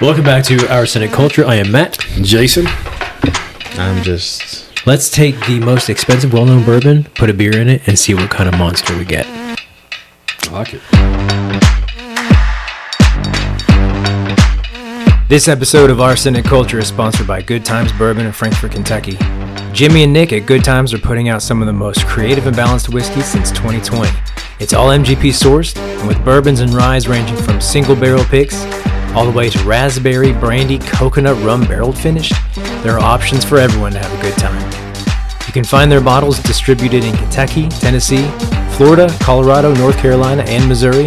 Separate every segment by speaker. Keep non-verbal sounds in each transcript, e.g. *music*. Speaker 1: Welcome back to Our Senate Culture. I am Matt.
Speaker 2: Jason, I'm just.
Speaker 1: Let's take the most expensive, well known bourbon, put a beer in it, and see what kind of monster we get.
Speaker 2: I like it.
Speaker 1: This episode of Arsenic Culture is sponsored by Good Times Bourbon in Frankfort, Kentucky. Jimmy and Nick at Good Times are putting out some of the most creative and balanced whiskeys since 2020. It's all MGP sourced, and with bourbons and ryes ranging from single barrel picks all the way to raspberry, brandy, coconut, rum barreled finish, there are options for everyone to have a good time. You can find their bottles distributed in Kentucky, Tennessee, Florida, Colorado, North Carolina, and Missouri,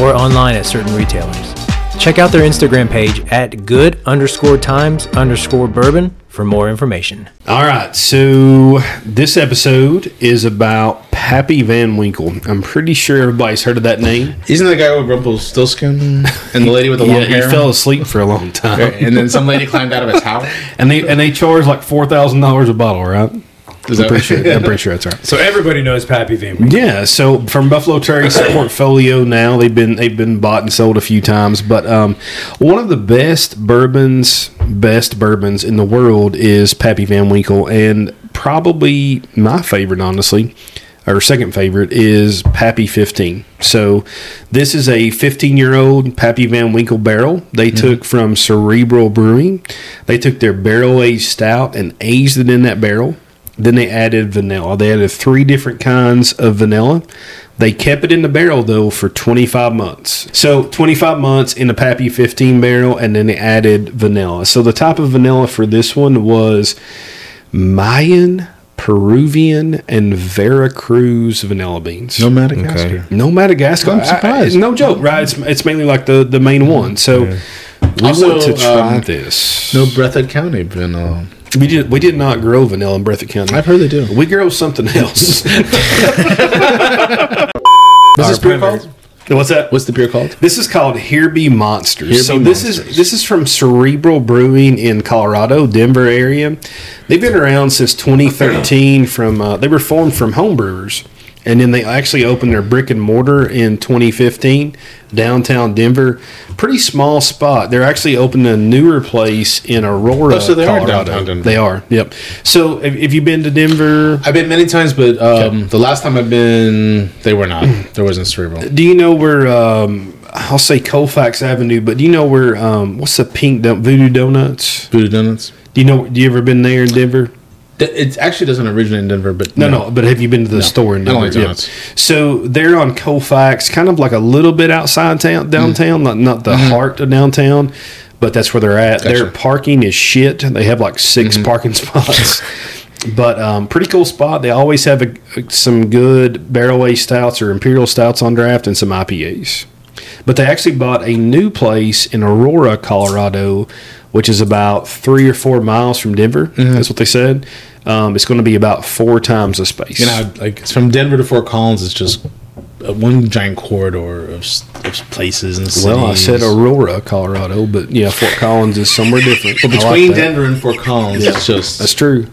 Speaker 1: or online at certain retailers. Check out their Instagram page at good underscore times underscore bourbon for more information.
Speaker 2: All right, so this episode is about Pappy Van Winkle. I'm pretty sure everybody's heard of that name.
Speaker 3: Isn't that the guy with Rumpelstiltskin and the lady with the long
Speaker 2: yeah, he
Speaker 3: hair?
Speaker 2: fell asleep for a long time,
Speaker 3: and then some lady climbed out of his house.
Speaker 2: and they and they charge like four thousand dollars a bottle, right?
Speaker 3: Is
Speaker 2: I'm
Speaker 3: that-
Speaker 2: pretty sure. I'm pretty sure that's right.
Speaker 1: So everybody knows Pappy Van Winkle.
Speaker 2: Yeah, so from Buffalo Terry's portfolio now, they've been they've been bought and sold a few times, but um, one of the best bourbons, best bourbons in the world is Pappy Van Winkle, and probably my favorite, honestly, or second favorite is Pappy 15. So this is a 15 year old Pappy Van Winkle barrel they took from Cerebral Brewing. They took their barrel aged stout and aged it in that barrel. Then they added vanilla. They added three different kinds of vanilla. They kept it in the barrel though for 25 months. So 25 months in the Pappy 15 barrel, and then they added vanilla. So the type of vanilla for this one was Mayan, Peruvian, and Veracruz vanilla beans.
Speaker 3: No Madagascar.
Speaker 2: No Madagascar.
Speaker 3: I'm surprised.
Speaker 2: I- I- no joke, right? It's, it's mainly like the, the main one. So we
Speaker 3: Also,
Speaker 2: want to try
Speaker 3: um,
Speaker 2: this.
Speaker 3: No Breathitt County vanilla.
Speaker 2: We did. We did not grow vanilla in Breathitt County.
Speaker 3: I've heard they do.
Speaker 2: We grow something
Speaker 3: *laughs*
Speaker 2: else.
Speaker 3: What's this beer
Speaker 1: primary-
Speaker 3: called?
Speaker 2: What's that?
Speaker 3: What's the beer called?
Speaker 2: This is called Here Be Monsters.
Speaker 3: Here
Speaker 2: so
Speaker 3: Be
Speaker 2: this is
Speaker 3: Monsters.
Speaker 2: this is from Cerebral Brewing in Colorado, Denver area. They've been around since 2013. From uh, they were formed from homebrewers, and then they actually opened their brick and mortar in 2015, downtown Denver. Pretty small spot. They're actually opening a newer place in Aurora,
Speaker 3: Oh, so they are
Speaker 2: Colorado.
Speaker 3: downtown Denver.
Speaker 2: They are. Yep. So have, have you been to Denver?
Speaker 3: I've been many times, but um, the last time I've been, they were not. There wasn't cerebral.
Speaker 2: Do you know where? Um, I'll say Colfax Avenue, but do you know where? Um, what's the pink do- Voodoo Donuts?
Speaker 3: Voodoo donuts.
Speaker 2: Do you know? Do you ever been there in Denver?
Speaker 3: D- It actually doesn't originate in Denver, but
Speaker 2: No, no. But have you been to the store in
Speaker 3: I don't
Speaker 2: Denver?
Speaker 3: like
Speaker 2: Yeah.
Speaker 3: donuts.
Speaker 2: So they're on Colfax, kind of like a little bit outside town, downtown, not not the heart of downtown, but that's where they're at. Their
Speaker 3: Gotcha.
Speaker 2: parking is shit. They have like 6 parking spots. *laughs* But um, pretty cool spot. They always have a, some good barrel aged stouts or imperial stouts on draft and some IPAs. But they actually bought a new place in Aurora, Colorado, which is about three or four miles from Denver. That's what they said. Um, it's going to be about four times the space.
Speaker 3: You know, like it's from Denver to Fort Collins, it's just uh, one giant corridor of, s- of places and cities.
Speaker 2: well, I said Aurora, Colorado, but yeah, Fort Collins is somewhere different.
Speaker 3: But
Speaker 2: I like
Speaker 3: between
Speaker 2: that.
Speaker 3: Denver and Fort Collins, it's just
Speaker 2: that's true.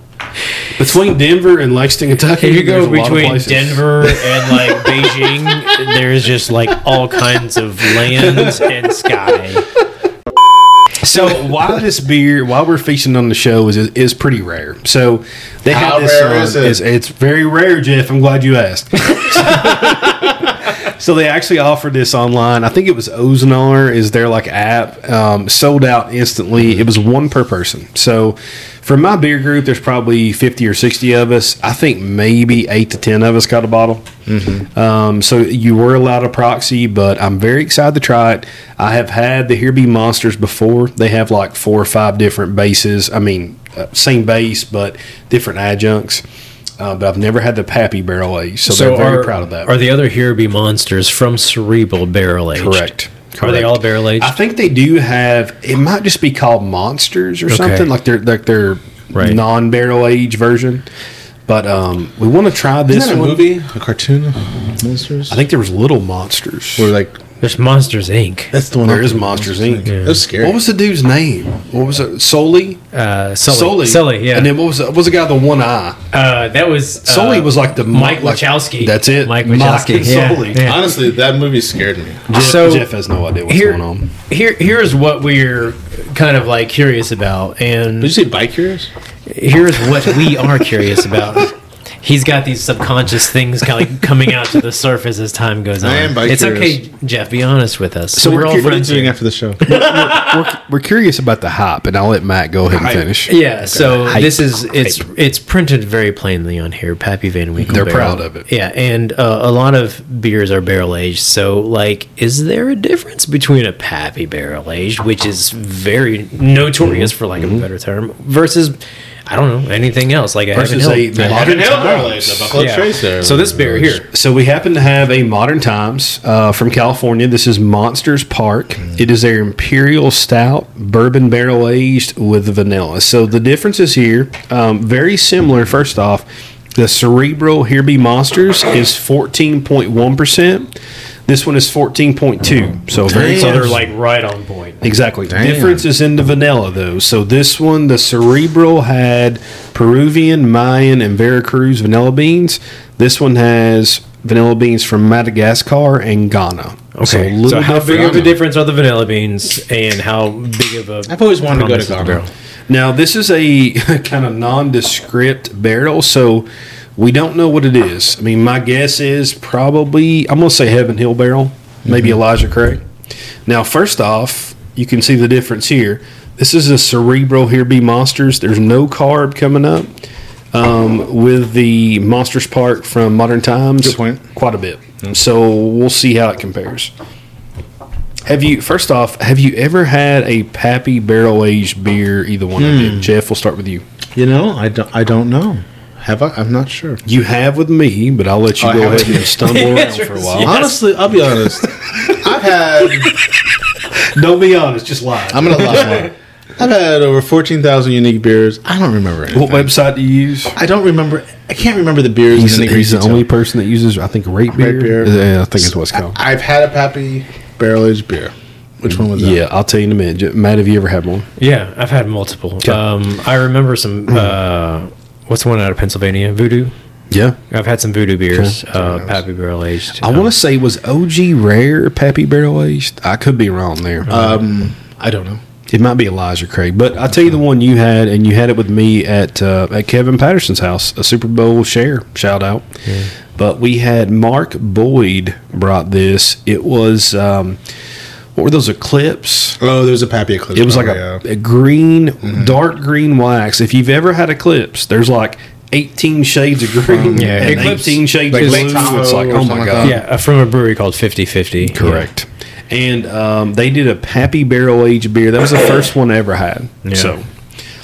Speaker 2: Between Denver and Lexington, Kentucky,
Speaker 1: If you go
Speaker 2: there's a lot of
Speaker 1: between
Speaker 2: places.
Speaker 1: *laughs* Denver and like Beijing, there's just like all kinds of lands and sky.
Speaker 2: So *laughs* why this beer, why we're feasting on the show, is is pretty rare. So they
Speaker 3: How
Speaker 2: have this
Speaker 3: rare
Speaker 2: on-
Speaker 3: is it?
Speaker 2: It's, it's very rare, Jeff. I'm glad you asked. *laughs* so they actually offered this online. I think it was Ozanar is their like app. Um, sold out instantly. It was one per person. So for my beer group, there's probably 50 or 60 of us. I think maybe eight to 10 of us got a bottle. Um, so you were allowed a proxy, but I'm very excited to try it. I have had the Here Be Monsters before. They have like four or five different bases. I mean, uh, same base, but different adjuncts. Uh, but I've never had the Pappy Barrel Age, so, they're very proud of that.
Speaker 1: Are the other Here Be Monsters from Cerebral Barrel Aged?
Speaker 2: Correct.
Speaker 1: Are they
Speaker 2: Correct.
Speaker 1: all barrel aged?
Speaker 2: I think they do have. It might just be called Monsters or something like their like their
Speaker 1: Right.
Speaker 2: non-barrel age version. But um, we want to try this
Speaker 3: Isn't that a
Speaker 2: one.
Speaker 3: movie? A cartoon? Monsters?
Speaker 2: I think there was Little Monsters.
Speaker 3: Or like
Speaker 1: There's Monsters Inc.
Speaker 3: That's the one.
Speaker 2: There is Monsters Inc.
Speaker 1: Yeah.
Speaker 3: That's scary.
Speaker 2: What was the dude's name? What was it? Sully.
Speaker 1: Uh, Sully. Sully. yeah.
Speaker 2: And then what was the, what was the guy with the one eye?
Speaker 1: uh, that was uh,
Speaker 2: Sully was like the
Speaker 1: Mike
Speaker 2: like-
Speaker 1: Wachowski.
Speaker 2: That's it.
Speaker 1: Mike
Speaker 2: Mike
Speaker 1: Wachowski.
Speaker 2: and
Speaker 1: yeah,
Speaker 2: Sully.
Speaker 1: yeah.
Speaker 3: Honestly, that movie scared me.
Speaker 2: Jeff,
Speaker 1: So-
Speaker 2: Jeff has no idea what's going on.
Speaker 1: Here, here's what we're kind of like curious about, and
Speaker 3: Did you say bike curious?
Speaker 1: here's *laughs* what we are curious about. He's got these subconscious things kind of like coming out to the surface as time goes on.
Speaker 3: I am bi-
Speaker 1: it's
Speaker 3: curious.
Speaker 1: okay, Jeff. Be honest with us. So we're, all
Speaker 3: cu-
Speaker 1: friends.
Speaker 3: doing
Speaker 1: here.
Speaker 3: after the show?
Speaker 2: We're, we're curious about the hop, and I'll let Matt go ahead and finish.
Speaker 1: Yeah, so
Speaker 2: Hype.
Speaker 1: this is it's it's printed very plainly on here. Pappy Van Winkle.
Speaker 2: They're
Speaker 1: barrel.
Speaker 2: proud of it.
Speaker 1: Yeah, and uh, a lot of beers are barrel aged. So, like, is there a difference between a Pappy barrel aged, which is very notorious for lack of
Speaker 2: Mm-hmm.
Speaker 1: a better term, versus I don't know anything else like a Heaven
Speaker 2: Versus
Speaker 1: Hill.
Speaker 2: a
Speaker 1: Yeah.
Speaker 2: modern
Speaker 1: Yeah. So this beer here,
Speaker 2: So we happen to have a Modern Times uh, from California. This is Monsters Park. It is their Imperial Stout, bourbon barrel aged with vanilla. So the differences here, um, very similar. First off, the Cerebral Here Be Monsters is fourteen point one percent. This one is fourteen point two. So very
Speaker 1: so
Speaker 2: close.
Speaker 1: they're like right on point.
Speaker 2: Exactly. Difference is in the vanilla though. So this one, the cerebral had Peruvian, Mayan, and Veracruz vanilla beans. This one has vanilla beans from Madagascar and Ghana. So, a
Speaker 1: Okay,
Speaker 2: little
Speaker 1: so, how
Speaker 2: different.
Speaker 1: big of a difference are the vanilla beans, and how big of a
Speaker 3: I've always wanted to go
Speaker 1: promise
Speaker 3: to
Speaker 1: is the
Speaker 3: Ghana.
Speaker 2: Now this is a *laughs* kind of nondescript barrel, so we don't know what it is. I mean, my guess is probably I'm gonna say Heaven Hill barrel, maybe
Speaker 1: Mm-hmm.
Speaker 2: Elijah Craig. Now, first off, you can see the difference here. This is a Cerebro Here Be Monsters. There's no carb coming up um, with the Monsters Park from Modern Times.
Speaker 3: Good point.
Speaker 2: Quite a bit. So we'll see how it compares. Have you first off? Have you ever had a Pappy barrel aged beer? Either one of
Speaker 3: Hmm.
Speaker 2: you, Jeff. We'll start with you.
Speaker 3: *laughs* You know, I don't. I don't know. Have I? I'm not sure.
Speaker 2: You have with me, but I'll let you
Speaker 3: I
Speaker 2: go
Speaker 3: have
Speaker 2: ahead
Speaker 3: with you.
Speaker 2: and stumble
Speaker 3: *laughs*
Speaker 2: around for a while.
Speaker 3: Honestly, I'll be honest. *laughs* I've had.
Speaker 2: Don't be honest, just lie.
Speaker 3: I'm gonna lie. I've had over fourteen thousand unique beers. I don't remember anything.
Speaker 2: what website do you use?
Speaker 3: I don't remember. I can't remember the beers. in any great detail.
Speaker 2: person that uses, I think, rape
Speaker 3: Right beer.
Speaker 2: Yeah, I think it's what's
Speaker 3: I- I've had a Pappy barrel aged beer. Which one was that?
Speaker 2: Yeah, I'll tell you in a minute. J- Matt, have you ever had one?
Speaker 1: Yeah, I've had multiple. Um, I remember some. Uh, what's the one out of Pennsylvania? Voodoo.
Speaker 2: Yeah,
Speaker 1: I've had some voodoo beers, uh, Pappy Barrel aged.
Speaker 2: I want to say was OG Rare Pappy Barrel Aged. I could be wrong there.
Speaker 3: Um, I don't know.
Speaker 2: It might be Elijah Craig, but I'll tell you the one you had, and you had it with me at uh, at Kevin Patterson's house, a Super Bowl share shout out. But we had Mark Boyd brought this. It was um, what were those Eclipse?
Speaker 3: Oh, there's a Pappy Eclipse.
Speaker 2: It was like
Speaker 3: probably,
Speaker 2: a,
Speaker 3: yeah. Mm-hmm.
Speaker 2: a green, dark green wax. If you've ever had Eclipse, there's like 18 shades of green
Speaker 1: Yeah,
Speaker 2: and
Speaker 1: Eclipse-
Speaker 2: 18 shades
Speaker 3: like
Speaker 2: of
Speaker 3: Lake
Speaker 2: blue. It's
Speaker 3: Tahoe
Speaker 2: like,
Speaker 3: or
Speaker 2: oh
Speaker 3: something
Speaker 2: my
Speaker 3: like
Speaker 2: God.
Speaker 3: that.
Speaker 1: Yeah, uh, from a brewery called Fifty Fifty.
Speaker 2: Correct. And um, they did a Pappy Barrel Aged beer. That was the first one I ever had. So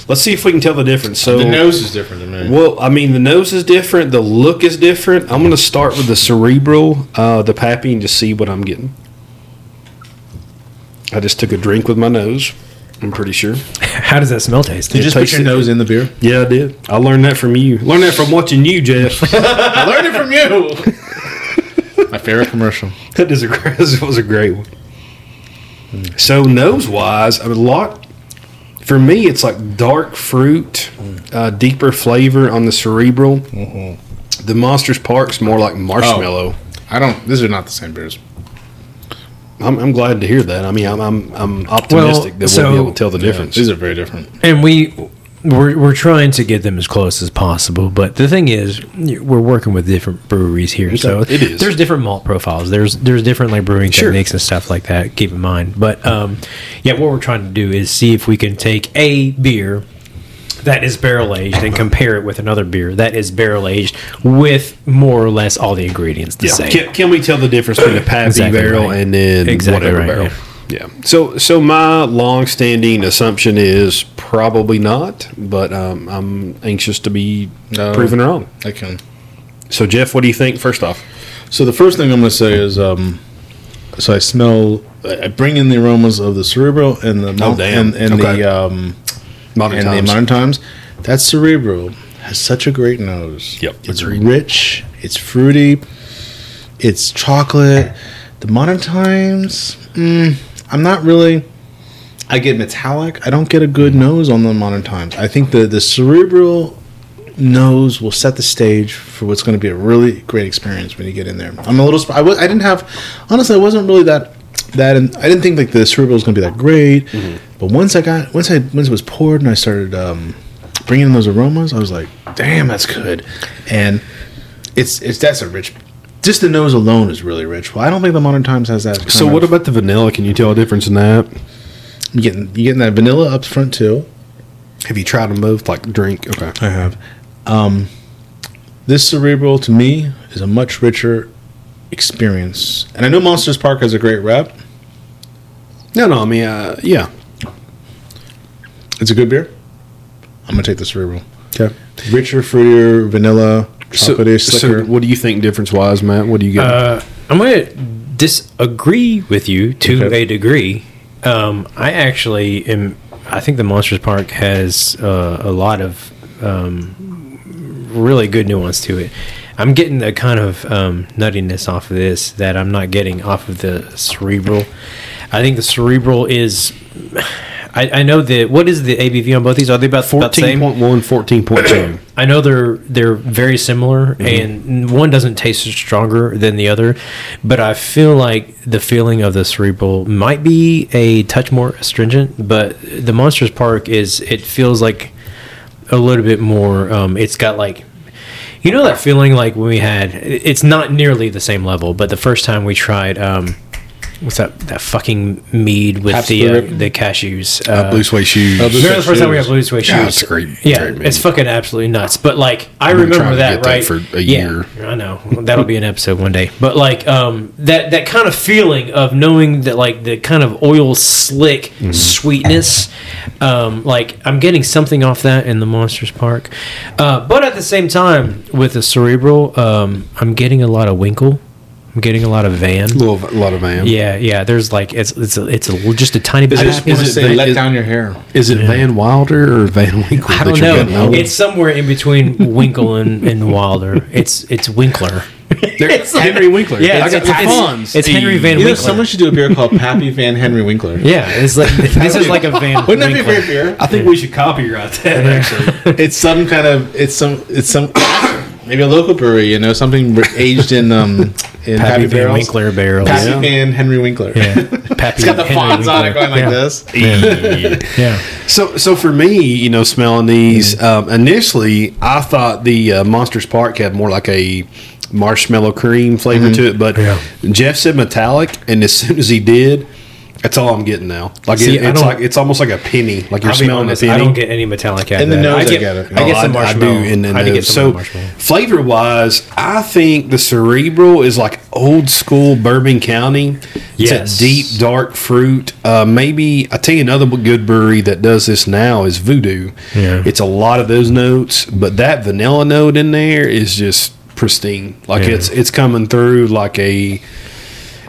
Speaker 2: let's see if we can tell the difference. So
Speaker 3: The nose is different to me.
Speaker 2: Well, I mean, the nose is different. The look is different. I'm going to start with the cerebral, uh, the Pappy, and just see what I'm getting. I just took a drink with my nose. I'm pretty sure.
Speaker 1: How does that smell taste?
Speaker 3: You just put
Speaker 2: tastes
Speaker 3: your
Speaker 2: it-
Speaker 3: nose in the beer.
Speaker 2: Yeah, I did. I learned that from you. Learned that from watching you, Jeff. *laughs*
Speaker 3: I learned it from you. *laughs* My favorite commercial.
Speaker 2: *laughs* That is a great, this was a great one. So nose wise, a lot for me. It's like dark fruit, uh, deeper flavor on the cerebral. The Monsters Park's more like marshmallow.
Speaker 3: I don't. These are not the same beers.
Speaker 2: I'm, I'm glad to hear that. I mean, I'm I'm, I'm optimistic that we'll
Speaker 1: so-
Speaker 2: be able to tell the difference.
Speaker 3: These are very different.
Speaker 1: and we we're, we're trying to get them as close as possible but the thing is we're working with different breweries here so
Speaker 2: it is.
Speaker 1: there's different malt profiles there's there's different like brewing
Speaker 2: Sure.
Speaker 1: techniques and stuff like that keep in mind but um yeah what we're trying to do is see if we can take a beer that is barrel aged and compare it with another beer that is barrel aged with more or less all the ingredients the same
Speaker 2: Can, can we tell the difference between a Pappy
Speaker 1: Exactly
Speaker 2: barrel
Speaker 1: right.
Speaker 2: and then
Speaker 1: Exactly
Speaker 2: whatever
Speaker 1: right,
Speaker 2: barrel? Yeah. So, so my long-standing assumption is probably not, but um, I'm anxious to be
Speaker 3: No.
Speaker 2: proven wrong.
Speaker 3: I can.
Speaker 2: So, Jeff, what do you think? First off,
Speaker 3: So the first thing I'm going to say is, um, so I smell. I I bring in the aromas of the cerebral and the malt-
Speaker 2: damn.
Speaker 3: and, and
Speaker 2: Okay.
Speaker 3: the um,
Speaker 2: modern
Speaker 3: and
Speaker 2: times.
Speaker 3: the modern times. That cerebral has such a great nose.
Speaker 2: Yep,
Speaker 3: it's
Speaker 2: agreed.
Speaker 3: rich. It's fruity. It's chocolate. The modern times, mm, I'm not really. I get metallic. I don't get a good nose on the modern times. I think the the cerebral nose will set the stage for what's going to be a really great experience when you get in there. I'm a little. Sp- I w- I didn't have. Honestly, I wasn't really that that, and I didn't think like the cerebral was going to be that great. But once I got once I once it was poured and I started um, bringing in those aromas, I was like, damn, that's good. And it's it's that's a rich. Just the nose alone is really rich. Well, I don't think the modern times has that. kind
Speaker 2: So what
Speaker 3: of-
Speaker 2: about the vanilla? Can you tell a difference in that?
Speaker 3: you getting you getting that vanilla up front too?
Speaker 2: Have you tried them both? Like drink? Okay.
Speaker 3: I have. Um, this cerebral to me is a much richer experience, and I know Monsters Park has a great rep.
Speaker 2: No, no. I mean, uh, yeah.
Speaker 3: It's a good beer. I'm gonna take the cerebral.
Speaker 2: Okay.
Speaker 3: Richer, fruitier, vanilla,
Speaker 2: So,
Speaker 3: chocolatey,
Speaker 2: so
Speaker 3: slicker.
Speaker 2: what do you think difference wise, Matt? What do you get?
Speaker 1: Uh, I'm going to disagree with you to
Speaker 3: Okay.
Speaker 1: a degree. Um, I actually am. I think the Monsters Park has uh, a lot of um, really good nuance to it. I'm getting the kind of um, nuttiness off of this that I'm not getting off of the cerebral. I think the cerebral is. I, I know that. What is the ABV on both these? Are they about, about the
Speaker 2: 14.1,
Speaker 1: same?
Speaker 2: 14.2.
Speaker 1: I know they're they're very similar,
Speaker 2: Mm-hmm.
Speaker 1: and one doesn't taste stronger than the other, but I feel like the feeling of the cerebral might be a touch more astringent. But the Monsters Park is it feels like a little bit more. Um, it's got like you know that feeling like when we had. It's not nearly the same level, but the first time we tried. Um, What's that? That fucking mead with
Speaker 3: Pabst
Speaker 1: the uh,
Speaker 3: Blue Ribbon?
Speaker 1: the cashews.
Speaker 2: Uh, blue suede shoes.
Speaker 3: Uh, blue
Speaker 1: Remember the
Speaker 3: Suede
Speaker 1: first time we
Speaker 3: shoes.
Speaker 1: had blue suede shoes?
Speaker 2: God, it's great.
Speaker 1: Yeah,
Speaker 2: Great meat.
Speaker 1: it's fucking absolutely nuts. But like, I
Speaker 2: been trying
Speaker 1: remember
Speaker 2: to
Speaker 1: that
Speaker 2: get that
Speaker 1: right
Speaker 2: for a
Speaker 1: Yeah,
Speaker 2: year.
Speaker 1: I know that'll be an episode one day. But like, um, that that kind of feeling of knowing that like the kind of oil slick
Speaker 2: Mm-hmm.
Speaker 1: sweetness, um, like I'm getting something off that in the Monsters Park, uh, but at the same time with the cerebral, um, I'm getting a lot of Winkle. I'm getting a lot of Van.
Speaker 2: a little, a lot of Van.
Speaker 1: Yeah, yeah. There's like it's it's a, it's a, just a tiny bit.
Speaker 3: I
Speaker 1: of
Speaker 3: just want to
Speaker 2: is it
Speaker 3: say,
Speaker 2: the-
Speaker 3: let
Speaker 2: is-
Speaker 3: down your hair.
Speaker 2: Is it Van Wilder or Van Winkle?
Speaker 1: I
Speaker 2: that
Speaker 1: don't
Speaker 2: you're getting
Speaker 1: know.
Speaker 2: out?
Speaker 1: It's somewhere in
Speaker 2: *laughs*
Speaker 1: between Winkle and, and Wilder. It's it's Winkler.
Speaker 2: It's Henry Winkler.
Speaker 1: *laughs* Yeah,
Speaker 2: I
Speaker 1: it's,
Speaker 2: got
Speaker 1: it's,
Speaker 2: the
Speaker 1: it's,
Speaker 2: Fonz.
Speaker 1: it's Henry Van
Speaker 3: You know,
Speaker 1: Winkler.
Speaker 3: someone should do a beer called Pappy Van Henry Winkler.
Speaker 1: yeah,
Speaker 3: *laughs*
Speaker 1: it's like this is like a Van.
Speaker 3: Wouldn't that be a
Speaker 1: Winkler.
Speaker 3: great beer?
Speaker 2: I think we should copyright that. Actually,
Speaker 3: it's some kind of it's some it's some maybe a local brewery, you know, something aged in um in
Speaker 1: Pappy Van
Speaker 3: barrels.
Speaker 1: Winkler barrels.
Speaker 3: Pappy
Speaker 1: Yeah.
Speaker 3: Van Henry Winkler.
Speaker 1: Pappy
Speaker 3: *laughs* it's got the
Speaker 1: Henry
Speaker 3: fonts on it
Speaker 1: Winkler.
Speaker 3: going like
Speaker 1: yeah.
Speaker 3: this.
Speaker 1: Yeah.
Speaker 2: so so for me, you know, smelling these
Speaker 1: Mm-hmm.
Speaker 2: um, initially, I thought the uh, Monsters Park had more like a marshmallow cream flavor to it, but
Speaker 1: Mm-hmm. Yeah.
Speaker 2: Jeff said metallic, and as *laughs* soon as he did. That's all I'm getting now. Like
Speaker 1: See,
Speaker 2: it,
Speaker 1: I
Speaker 2: it's
Speaker 1: don't-
Speaker 2: like it's almost like a penny. Like you're
Speaker 1: I'll be
Speaker 2: smelling
Speaker 1: honest,
Speaker 2: a penny.
Speaker 1: I don't get any metallic out
Speaker 3: In
Speaker 1: of
Speaker 3: the
Speaker 1: that.
Speaker 3: nose,
Speaker 1: I
Speaker 3: I
Speaker 1: get,
Speaker 3: get it.
Speaker 1: I get
Speaker 2: Oh,
Speaker 1: some
Speaker 2: I- I do,
Speaker 1: marshmallow.
Speaker 2: and then
Speaker 1: I do get
Speaker 2: those.
Speaker 1: some
Speaker 2: so
Speaker 1: marshmallow.
Speaker 2: flavor wise, I think the cerebral is like old school Bourbon County.
Speaker 1: Yes.
Speaker 2: It's a deep, dark fruit. Uh, maybe I tell you another good brewery that does this now is Voodoo.
Speaker 1: Yeah.
Speaker 2: It's a lot of those notes, but that vanilla note in there is just pristine. Like
Speaker 1: Yeah.
Speaker 2: it's it's coming through like a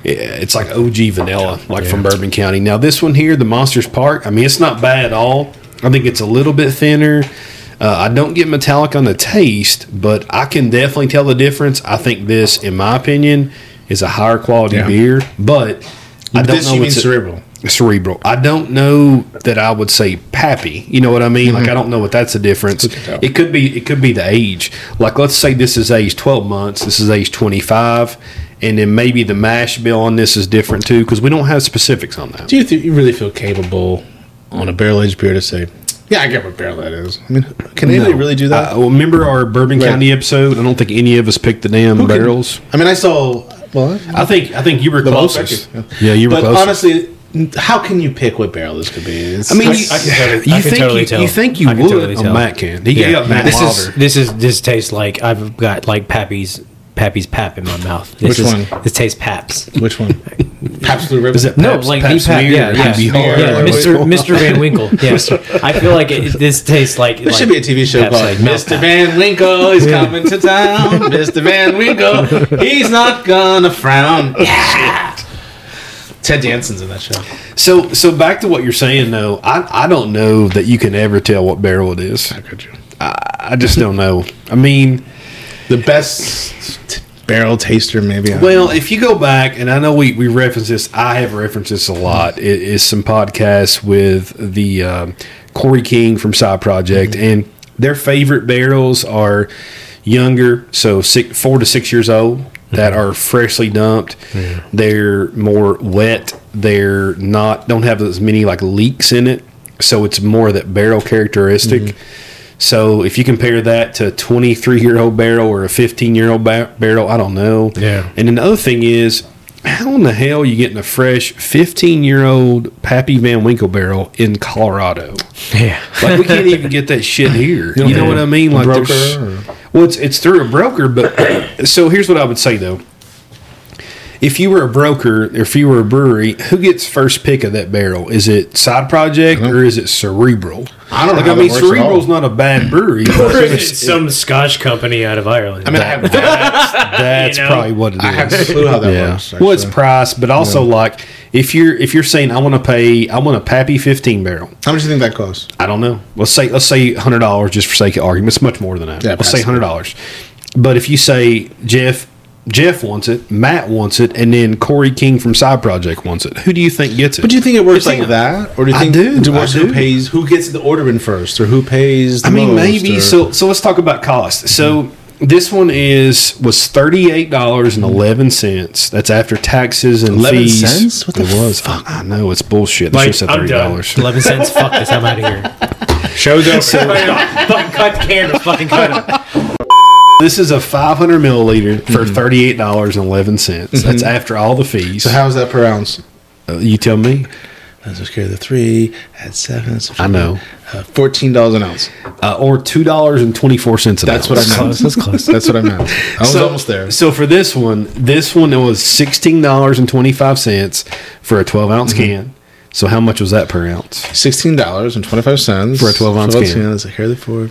Speaker 2: it's like OG vanilla, like from Bourbon County. Now this one here, the Monsters Park. I mean, it's not bad at all. I think it's a little bit thinner. Uh, I don't get metallic on the taste, but I can definitely tell the difference. I think this, in my opinion, is a higher quality
Speaker 3: Yeah.
Speaker 2: beer, but I don't
Speaker 3: this
Speaker 2: know
Speaker 3: you mean
Speaker 2: what's
Speaker 3: cerebral.
Speaker 2: cerebral. I don't know that I would say pappy. You know what I mean? Like I don't know what that's a difference.
Speaker 3: Mm-hmm. tell.
Speaker 2: It could be it could be the age. Like let's say this is age twelve months. This is age twenty five, and then maybe the mash bill on this is different too because we don't have specifics on that.
Speaker 3: Do you think you really feel capable on a barrel aged beer to say, Yeah, I get what barrel that is? I mean can anybody
Speaker 2: No.
Speaker 3: really do that?
Speaker 2: Uh, well, remember our Bourbon
Speaker 3: Right.
Speaker 2: County episode? I don't think any of us picked the damn
Speaker 3: Who can-
Speaker 2: barrels.
Speaker 3: I mean I saw well
Speaker 2: I think I think you were
Speaker 3: Bob
Speaker 2: closest.
Speaker 3: Becker.
Speaker 2: Yeah, you were
Speaker 3: but
Speaker 2: closest.
Speaker 3: honestly how can you pick what barrel this could be? It's-
Speaker 2: I mean,
Speaker 1: I-
Speaker 2: you,
Speaker 1: I can totally- I
Speaker 2: you
Speaker 1: can
Speaker 2: think
Speaker 1: totally
Speaker 2: you,
Speaker 1: tell.
Speaker 2: you think you
Speaker 1: I can
Speaker 2: would?
Speaker 1: totally
Speaker 2: on
Speaker 1: tell.
Speaker 2: Matt can. He got Matt
Speaker 1: this
Speaker 2: Wilder.
Speaker 1: is this is this tastes like I've got like Pappy's Pappy's pap in my mouth.
Speaker 3: Which
Speaker 1: This is,
Speaker 3: one?
Speaker 1: This tastes Paps.
Speaker 3: which one? *laughs* Pabst Blue Ribbon.
Speaker 2: Is it
Speaker 1: No,
Speaker 2: Pabst-
Speaker 1: like
Speaker 2: Pabst
Speaker 1: the Pab-
Speaker 2: Smear
Speaker 1: yeah,
Speaker 2: or
Speaker 1: yeah.
Speaker 2: PBR
Speaker 3: Smear,
Speaker 2: or
Speaker 1: Yeah,
Speaker 3: Right.
Speaker 1: Mr.
Speaker 2: whatever it's
Speaker 1: Mr.
Speaker 2: *laughs*
Speaker 1: Van Winkle. Yes, I feel like it, this tastes like.
Speaker 3: There
Speaker 1: like,
Speaker 3: should be a TV show
Speaker 1: that's
Speaker 3: called
Speaker 1: like mouth
Speaker 3: Mr.
Speaker 1: pap.
Speaker 3: Van Winkle is coming to town. *laughs* Mr. Van Winkle, he's not gonna frown. Shit. Ted Danson's in that show.
Speaker 2: So, so back to what you're saying though, I, I don't know that you can ever tell what barrel it is.
Speaker 3: Could you?
Speaker 2: I just don't know. I mean,
Speaker 3: The best barrel taster, maybe. I-
Speaker 2: Well, if you go back, and I know we, we reference this, I have referenced this a lot. It is some podcasts with the um, Corey King from Side Project, and their favorite barrels are younger, so six, four to six years old, that are freshly dumped. They're more wet. They're not don't have as many like leaks in it, so it's more that barrel characteristic. So if you compare that to a 23 year old barrel or a 15 year old ba- barrel, I don't know.
Speaker 1: Yeah.
Speaker 2: And then the other thing is, how in the hell are you getting a fresh 15 year old Pappy Van Winkle barrel in Colorado?
Speaker 1: Yeah.
Speaker 2: Like we can't even get that shit here. You know what I mean? Like
Speaker 3: broker
Speaker 2: there's-
Speaker 3: or-
Speaker 2: well, it's it's through a broker, but *clears throat* so here's what I would say though. If you were a broker, or if you were a brewery, who gets first pick of that barrel? Is it Side Project or is it Cerebral?
Speaker 3: Uh-huh. I don't know
Speaker 2: Like,
Speaker 3: how
Speaker 2: I
Speaker 3: that
Speaker 2: mean,
Speaker 3: works at all.
Speaker 2: Cerebral's not a bad brewery.
Speaker 3: *laughs*
Speaker 2: but
Speaker 4: It's some Scotch company out of Ireland.
Speaker 3: I mean, I have, I
Speaker 2: that's
Speaker 4: you know?
Speaker 2: probably what it is.
Speaker 3: have no clue how that works.
Speaker 2: Well, it's
Speaker 3: actually.
Speaker 2: price, but also like if you're if you're saying I want to pay I want a Pappy fifteen barrel.
Speaker 3: how much do you think that costs?
Speaker 2: I don't know. Let's say let's say hundred dollars just for sake of argument. It's much more than that.
Speaker 3: Yeah,
Speaker 2: let's say
Speaker 3: pass it.
Speaker 2: hundred dollars. But if you say Jeff Jeff wants it, Matt wants it, and then Corey King from Side Project wants it, who do you think gets it?
Speaker 3: But do you think it works
Speaker 2: It's like
Speaker 3: like that, or do you
Speaker 2: I
Speaker 3: think
Speaker 2: do,
Speaker 3: do you
Speaker 2: I
Speaker 3: work
Speaker 2: do.
Speaker 3: who pays who gets the order in first, or who pays? The
Speaker 2: I mean,
Speaker 3: most,
Speaker 2: maybe.
Speaker 3: or-
Speaker 2: So, so let's talk about cost. So, this one is was thirty eight dollars and eleven cents. That's after taxes and
Speaker 3: 11
Speaker 2: fees.
Speaker 3: cents? What the
Speaker 2: it was. I know it's bullshit. They
Speaker 4: Mike,
Speaker 2: should have
Speaker 4: I'm
Speaker 2: said thirty
Speaker 4: done. *laughs*
Speaker 2: dollars.
Speaker 4: 11 cents. Fuck this. I'm out of here.
Speaker 3: shows up.
Speaker 4: *laughs*
Speaker 1: *laughs*
Speaker 4: fucking cut the camera. Fucking cut it.
Speaker 2: This is a five hundred milliliter for thirty eight dollars and eleven cents. That's after all the fees.
Speaker 3: Mm-hmm. so how's that per ounce?
Speaker 2: Uh, you tell me.
Speaker 3: Let's just carry the three at seven. so
Speaker 2: I know.
Speaker 3: uh, Fourteen dollars an ounce.
Speaker 2: Uh, or two dollars and twenty four cents.
Speaker 3: That's what I meant.
Speaker 1: Close, that's close.
Speaker 3: That's what
Speaker 2: *laughs*
Speaker 3: I meant. I was almost there.
Speaker 2: So for this one, this one it was sixteen dollars and twenty five cents for a twelve
Speaker 3: Mm-hmm.
Speaker 2: ounce can. So how much was that per ounce?
Speaker 3: Sixteen dollars and twenty five cents
Speaker 2: For a 12 ounce can.
Speaker 3: Let's carry the four.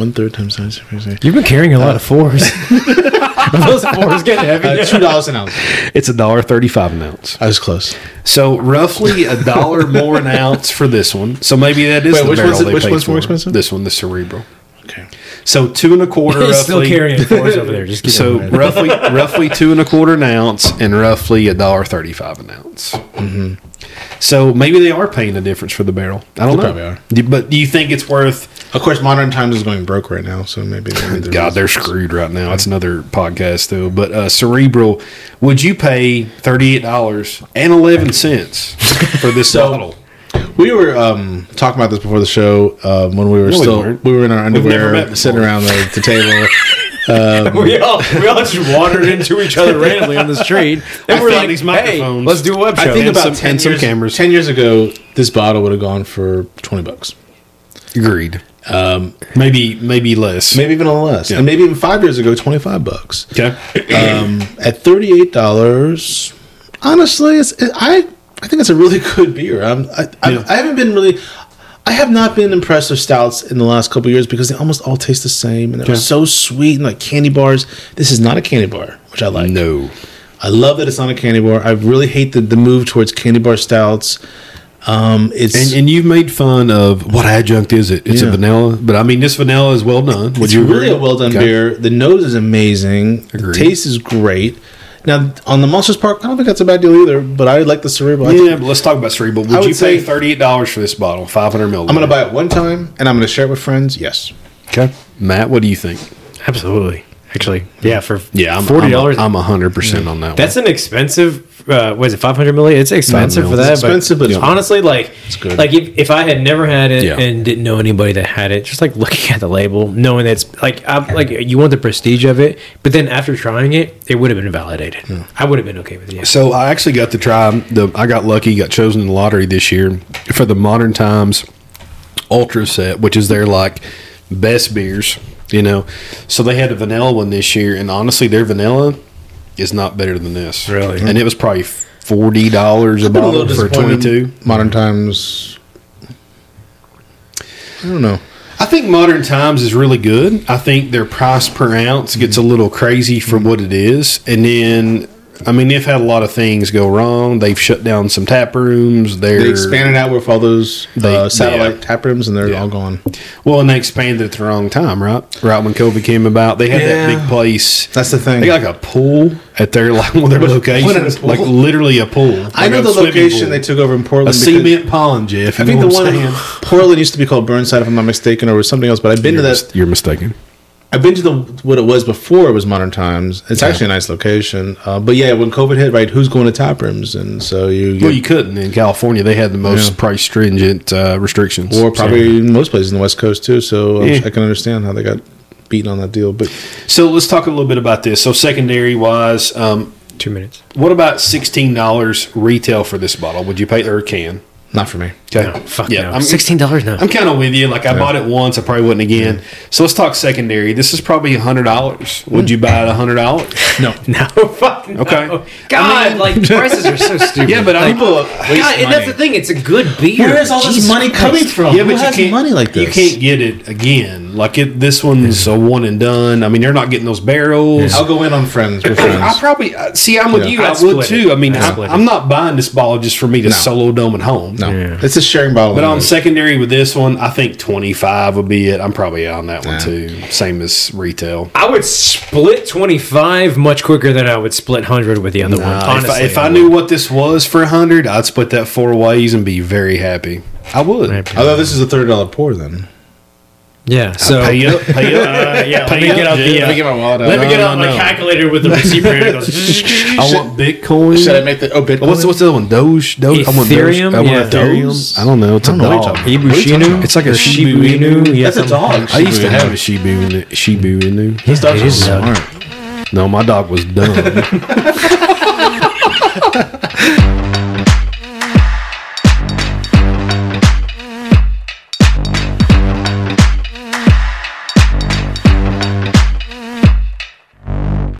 Speaker 3: One third times nine. six, six, six.
Speaker 1: You've been carrying a lot of *laughs* fours. Those fours get heavy.
Speaker 3: Uh, Two dollars an
Speaker 2: *laughs*
Speaker 3: ounce.
Speaker 2: It's a dollar thirty five an ounce.
Speaker 3: I was close.
Speaker 2: So roughly a
Speaker 3: *laughs*
Speaker 2: dollar more an ounce for this one. So maybe that is
Speaker 3: Wait,
Speaker 2: the
Speaker 3: which
Speaker 2: barrel
Speaker 3: one's-
Speaker 2: they
Speaker 3: which
Speaker 2: paid
Speaker 3: one's more
Speaker 2: for.
Speaker 3: expensive?
Speaker 2: This one, the cerebral.
Speaker 3: Okay.
Speaker 2: So two and a quarter
Speaker 1: He's
Speaker 2: roughly.
Speaker 1: still carrying fours
Speaker 2: *laughs*
Speaker 1: over there. Just keep
Speaker 2: So
Speaker 1: it.
Speaker 2: roughly, roughly two and a quarter an ounce, and roughly a dollar thirty-five an ounce.
Speaker 3: Mm-hmm.
Speaker 2: So maybe they are paying a difference for the barrel. I don't
Speaker 3: They
Speaker 2: know.
Speaker 3: probably are.
Speaker 2: Do- But do you think it's worth?
Speaker 3: Of course, Modern Times is going broke right now, so maybe.
Speaker 2: *laughs*
Speaker 3: maybe
Speaker 2: God, they're screwed right now. It's another podcast though. But uh, Cerebral, would you pay thirty-eight dollars and eleven cents for this bottle?
Speaker 3: We were um, talking about this before the show um, when we were
Speaker 2: No, we
Speaker 3: still we,
Speaker 2: weren't.
Speaker 3: were in our
Speaker 2: never met
Speaker 3: underwear
Speaker 2: before.
Speaker 3: sitting around the,
Speaker 2: *laughs*
Speaker 3: the table.
Speaker 1: we all we all just wandered into each other
Speaker 2: *laughs*
Speaker 1: randomly on the street, and
Speaker 2: I
Speaker 1: we're
Speaker 2: think
Speaker 1: like,
Speaker 2: these
Speaker 1: "Hey,
Speaker 2: microphones-
Speaker 1: let's do a web
Speaker 2: I
Speaker 1: show."
Speaker 2: think
Speaker 1: And
Speaker 2: about
Speaker 1: some-
Speaker 2: ten- and some
Speaker 3: years,
Speaker 2: cameras.
Speaker 3: Ten years ago, this bottle would have gone for twenty bucks,
Speaker 2: Agreed. Um, maybe maybe less.
Speaker 3: maybe even a little less, and maybe even five years ago, twenty five bucks.
Speaker 2: Okay.
Speaker 3: Um, at thirty eight dollars, honestly, it's, it, I I think it's a really *laughs* good beer. I'm, I, I,
Speaker 2: Yeah.
Speaker 3: I haven't been really. I have not been impressed with stouts in the last couple of years because they almost all taste the same and they're so sweet and like candy bars. This is not a candy bar, which I like.
Speaker 2: No.
Speaker 3: I love that it's not a candy bar. I really hate the, the move towards candy bar stouts. Um, it's
Speaker 2: And, and you've made fun of what adjunct is it? It's a
Speaker 3: Yeah.
Speaker 2: vanilla, but I mean this vanilla is well done. Would
Speaker 3: it's
Speaker 2: you
Speaker 3: really
Speaker 2: agree?
Speaker 3: a well done
Speaker 2: Okay.
Speaker 3: beer. The nose is amazing. The
Speaker 2: Agreed.
Speaker 3: taste is great. Now on the Monsters Park, I don't think that's a bad deal either. But I like the cerebral. I think
Speaker 2: Yeah, but let's talk about cerebral. Would,
Speaker 3: I would
Speaker 2: you pay
Speaker 3: say-
Speaker 2: thirty eight dollars for this bottle, five hundred milliliters?
Speaker 3: I'm going to buy it one time and I'm going to share it with friends. Yes.
Speaker 2: Okay, Matt, what do you think?
Speaker 4: Absolutely. Actually, yeah. For
Speaker 2: Yeah, I'm
Speaker 4: forty dollars.
Speaker 2: I'm hundred percent on that.
Speaker 4: That's an expensive. Uh, was it 500 milli? It's expensive
Speaker 2: mil.
Speaker 4: for that.
Speaker 3: It's expensive, but it's-
Speaker 4: honestly, like,
Speaker 3: good.
Speaker 4: like if, if I had never had it
Speaker 2: Yeah.
Speaker 4: and didn't know anybody that had it, just like looking at the label, knowing that it's like, I'm, like you want the prestige of it, but then after trying it, it would have been validated. I would have been okay with it. yeah.
Speaker 2: one. So I actually got to try the. I got lucky, got chosen in the lottery this year for the Modern Times Ultra Set, which is their like best beers. You know, so they had a vanilla one this year, and honestly, their vanilla is not better than this.
Speaker 4: Really?
Speaker 2: and it was probably forty dollars a
Speaker 3: Been a
Speaker 2: bottle
Speaker 3: little
Speaker 2: for
Speaker 3: disappointed
Speaker 2: twenty
Speaker 3: in
Speaker 2: two.
Speaker 3: Modern Times. I don't know.
Speaker 2: I think Modern Times is really good. I think their price per ounce gets a little crazy for what it is, and then I mean, they've had a lot of things go wrong. They've shut down some tap rooms. They're
Speaker 3: They expanded out with all those
Speaker 2: They-
Speaker 3: uh, satellite
Speaker 2: yeah.
Speaker 3: tap rooms, and they're
Speaker 2: Yeah.
Speaker 3: all gone.
Speaker 2: Well, and they expanded at the wrong time, right? Right when COVID came about, they had that
Speaker 3: Yeah.
Speaker 2: big place.
Speaker 3: That's the thing.
Speaker 2: They got like a pool at their like one of their
Speaker 3: what a
Speaker 2: locations,
Speaker 3: pool.
Speaker 2: like literally a pool.
Speaker 3: I
Speaker 2: Like
Speaker 3: know
Speaker 2: a
Speaker 3: the
Speaker 2: swimming
Speaker 3: location
Speaker 2: pool.
Speaker 3: they took over in Portland.
Speaker 2: a
Speaker 3: because-
Speaker 2: cement pond, Jeff.
Speaker 3: I
Speaker 2: you
Speaker 3: think
Speaker 2: know
Speaker 3: the
Speaker 2: what
Speaker 3: one
Speaker 2: I'm *laughs*
Speaker 3: in
Speaker 2: saying?
Speaker 3: Portland used to be called Burnside, if I'm not mistaken, or it was something else. But I've been to that
Speaker 2: You're mistaken.
Speaker 3: I've been to the what it was before it was Modern Times. It's actually a nice location, uh, but yeah, when COVID hit, right, who's going to tap rooms? And so you,
Speaker 2: Well, you couldn't in California. They had the most
Speaker 3: Yeah.
Speaker 2: price stringent uh, restrictions.
Speaker 3: or probably in most places in the West Coast too. So um,
Speaker 2: Yeah.
Speaker 3: I can understand how they got beaten on that deal. But
Speaker 2: So let's talk a little bit about this. So secondary wise, um,
Speaker 1: Two minutes.
Speaker 2: what about sixteen dollars retail for this bottle? Would you pay or can?
Speaker 3: not for me.
Speaker 2: Okay.
Speaker 1: No, fuck
Speaker 2: Yeah,
Speaker 1: no.
Speaker 2: I'm-
Speaker 1: Sixteen dollars now.
Speaker 2: I'm kind of with you. Like I bought it once, I probably wouldn't again. So let's talk secondary. This is probably hundred dollars. Would
Speaker 1: Mm.
Speaker 2: you buy it hundred dollars?
Speaker 4: *laughs*
Speaker 3: No,
Speaker 1: no, fuck. No.
Speaker 2: Okay.
Speaker 1: Oh, God, like prices are so stupid.
Speaker 2: Yeah, but
Speaker 1: like,
Speaker 2: people.
Speaker 1: God, and that's the thing. It's a good beer. Jesus Christ.
Speaker 3: from?
Speaker 2: Yeah, but you can't You can't get it again. Like it, this one's a one and done. I mean, they're not getting those barrels.
Speaker 3: I'll go in on
Speaker 2: *coughs*
Speaker 3: friends. We're
Speaker 2: I
Speaker 3: friends.
Speaker 2: probably uh, see. I'm with
Speaker 3: Yeah.
Speaker 2: you. i
Speaker 1: I'd
Speaker 2: would
Speaker 1: split it.
Speaker 2: too. I mean,
Speaker 1: I'd
Speaker 2: I,
Speaker 1: split it.
Speaker 2: I'm not buying this bottle just for me to solo dome at home.
Speaker 3: No,
Speaker 1: Yeah.
Speaker 3: it's a sharing bottle.
Speaker 2: But
Speaker 1: Mm-hmm.
Speaker 2: on secondary with this one, I think 25 would be it. I'm probably on that one too. Same as retail.
Speaker 1: I would split twenty five much quicker than I would split hundred with the other one.
Speaker 2: Uh,
Speaker 1: Honestly,
Speaker 2: if, I, if I knew what this was for 100, I'd split that four ways and be very happy. I would.
Speaker 1: Right.
Speaker 3: although this is a thirty dollar pour, then
Speaker 1: yeah. So
Speaker 2: Pay up, pay *laughs* up.
Speaker 1: Uh, yeah, let
Speaker 2: Pay
Speaker 1: me
Speaker 2: up,
Speaker 1: get out the.
Speaker 2: yeah.
Speaker 1: uh,
Speaker 3: Let me get my wallet out.
Speaker 1: Let me
Speaker 3: No,
Speaker 1: get
Speaker 3: no,
Speaker 1: out my
Speaker 3: no.
Speaker 1: calculator with the receiver. and it goes, *laughs*
Speaker 2: I want Bitcoin.
Speaker 3: should I make the oh Bitcoin?
Speaker 2: Mm. What's what's the other one? Doge. Doge. I want Doge.
Speaker 1: Ethereum?
Speaker 2: I want
Speaker 1: Yeah.
Speaker 2: Ethereum. I don't know. It's a dog.
Speaker 1: Ibushinu.
Speaker 2: It's like a
Speaker 1: Or
Speaker 2: Shibu
Speaker 1: Shibu
Speaker 2: Inu.
Speaker 1: Inu. Yeah,
Speaker 3: That's a
Speaker 1: something-
Speaker 3: dog.
Speaker 2: I used to have a Shibu Inu. Shibu Inu.
Speaker 3: It is
Speaker 1: a dog.
Speaker 3: smart.
Speaker 2: No, my dog was dumb.